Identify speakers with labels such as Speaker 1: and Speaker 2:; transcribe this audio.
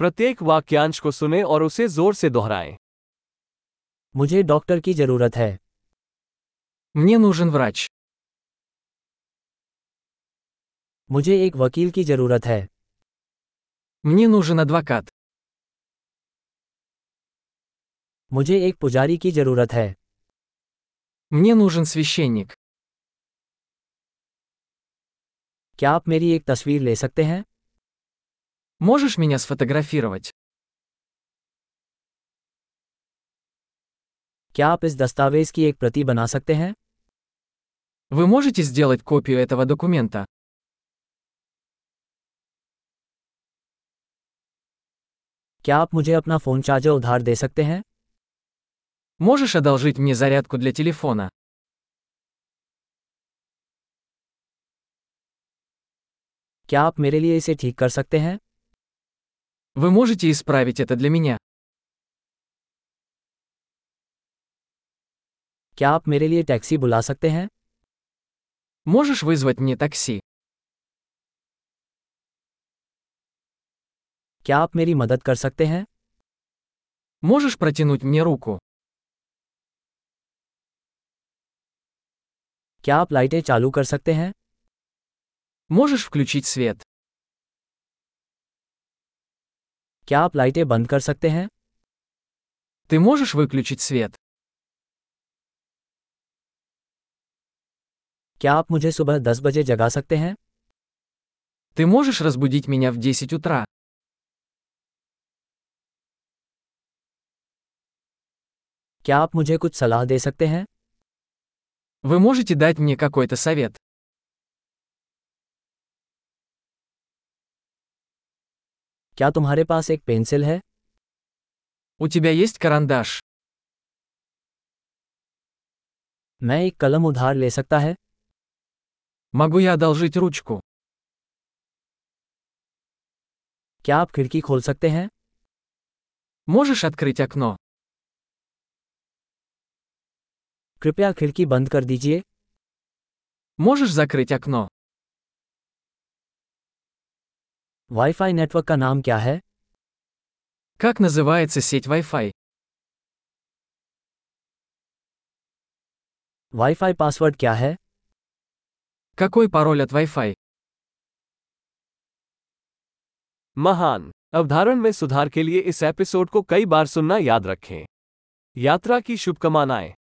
Speaker 1: प्रत्येक वाक्यांश को सुने और उसे जोर से दोहराएं
Speaker 2: मुझे डॉक्टर की जरूरत है
Speaker 1: Мне нужен врач.
Speaker 2: मुझे एक वकील की जरूरत है
Speaker 1: Мне нужен адвокат.
Speaker 2: मुझे एक पुजारी की जरूरत है
Speaker 1: Мне нужен священник.
Speaker 2: क्या आप मेरी एक तस्वीर ले सकते हैं
Speaker 1: Можешь меня сфотографировать?
Speaker 2: क्या आप इस दस्तावेज की एक प्रति बना सकते हैं
Speaker 1: Вы можете сделать копию этого документа?
Speaker 2: क्या आप मुझे अपना फोन चार्जर उधार दे सकते हैं
Speaker 1: Можешь одолжить мне зарядку для телефона?
Speaker 2: क्या आप मेरे लिए इसे ठीक कर सकते हैं
Speaker 1: Вы можете исправить это для меня?
Speaker 2: क्या आप मेरे लिए टैक्सी बुला सकते हैं
Speaker 1: Можешь вызвать мне такси?
Speaker 2: क्या आप मेरी मदद कर सकते हैं
Speaker 1: Можешь протянуть мне руку?
Speaker 2: क्या आप लाइटें चालू कर सकते हैं
Speaker 1: Можешь включить свет?
Speaker 2: क्या आप लाइटें बंद कर सकते हैं
Speaker 1: Ты можешь выключить свет?
Speaker 2: क्या आप मुझे सुबह दस बजे जगा सकते हैं
Speaker 1: Ты можешь разбудить меня в 10 утра?
Speaker 2: क्या आप मुझे कुछ सलाह दे सकते हैं
Speaker 1: Вы можете дать мне какой-то совет?
Speaker 2: क्या तुम्हारे पास एक पेंसिल है
Speaker 1: У тебя есть карандаш?
Speaker 2: मैं एक कलम उधार ले सकता है
Speaker 1: Могу я одолжить ручку?
Speaker 2: क्या आप खिड़की खोल सकते हैं
Speaker 1: Можешь открыть окно?
Speaker 2: कृपया खिड़की बंद कर दीजिए
Speaker 1: Можешь закрыть окно?
Speaker 2: वाईफाई नेटवर्क का नाम क्या है
Speaker 1: Как называется сеть Wi-Fi?
Speaker 2: वाईफाई पासवर्ड क्या है
Speaker 1: Какой пароль от Wi-Fi?
Speaker 3: महान अवधारण में सुधार के लिए इस एपिसोड को कई बार सुनना याद रखें यात्रा की शुभकामनाएं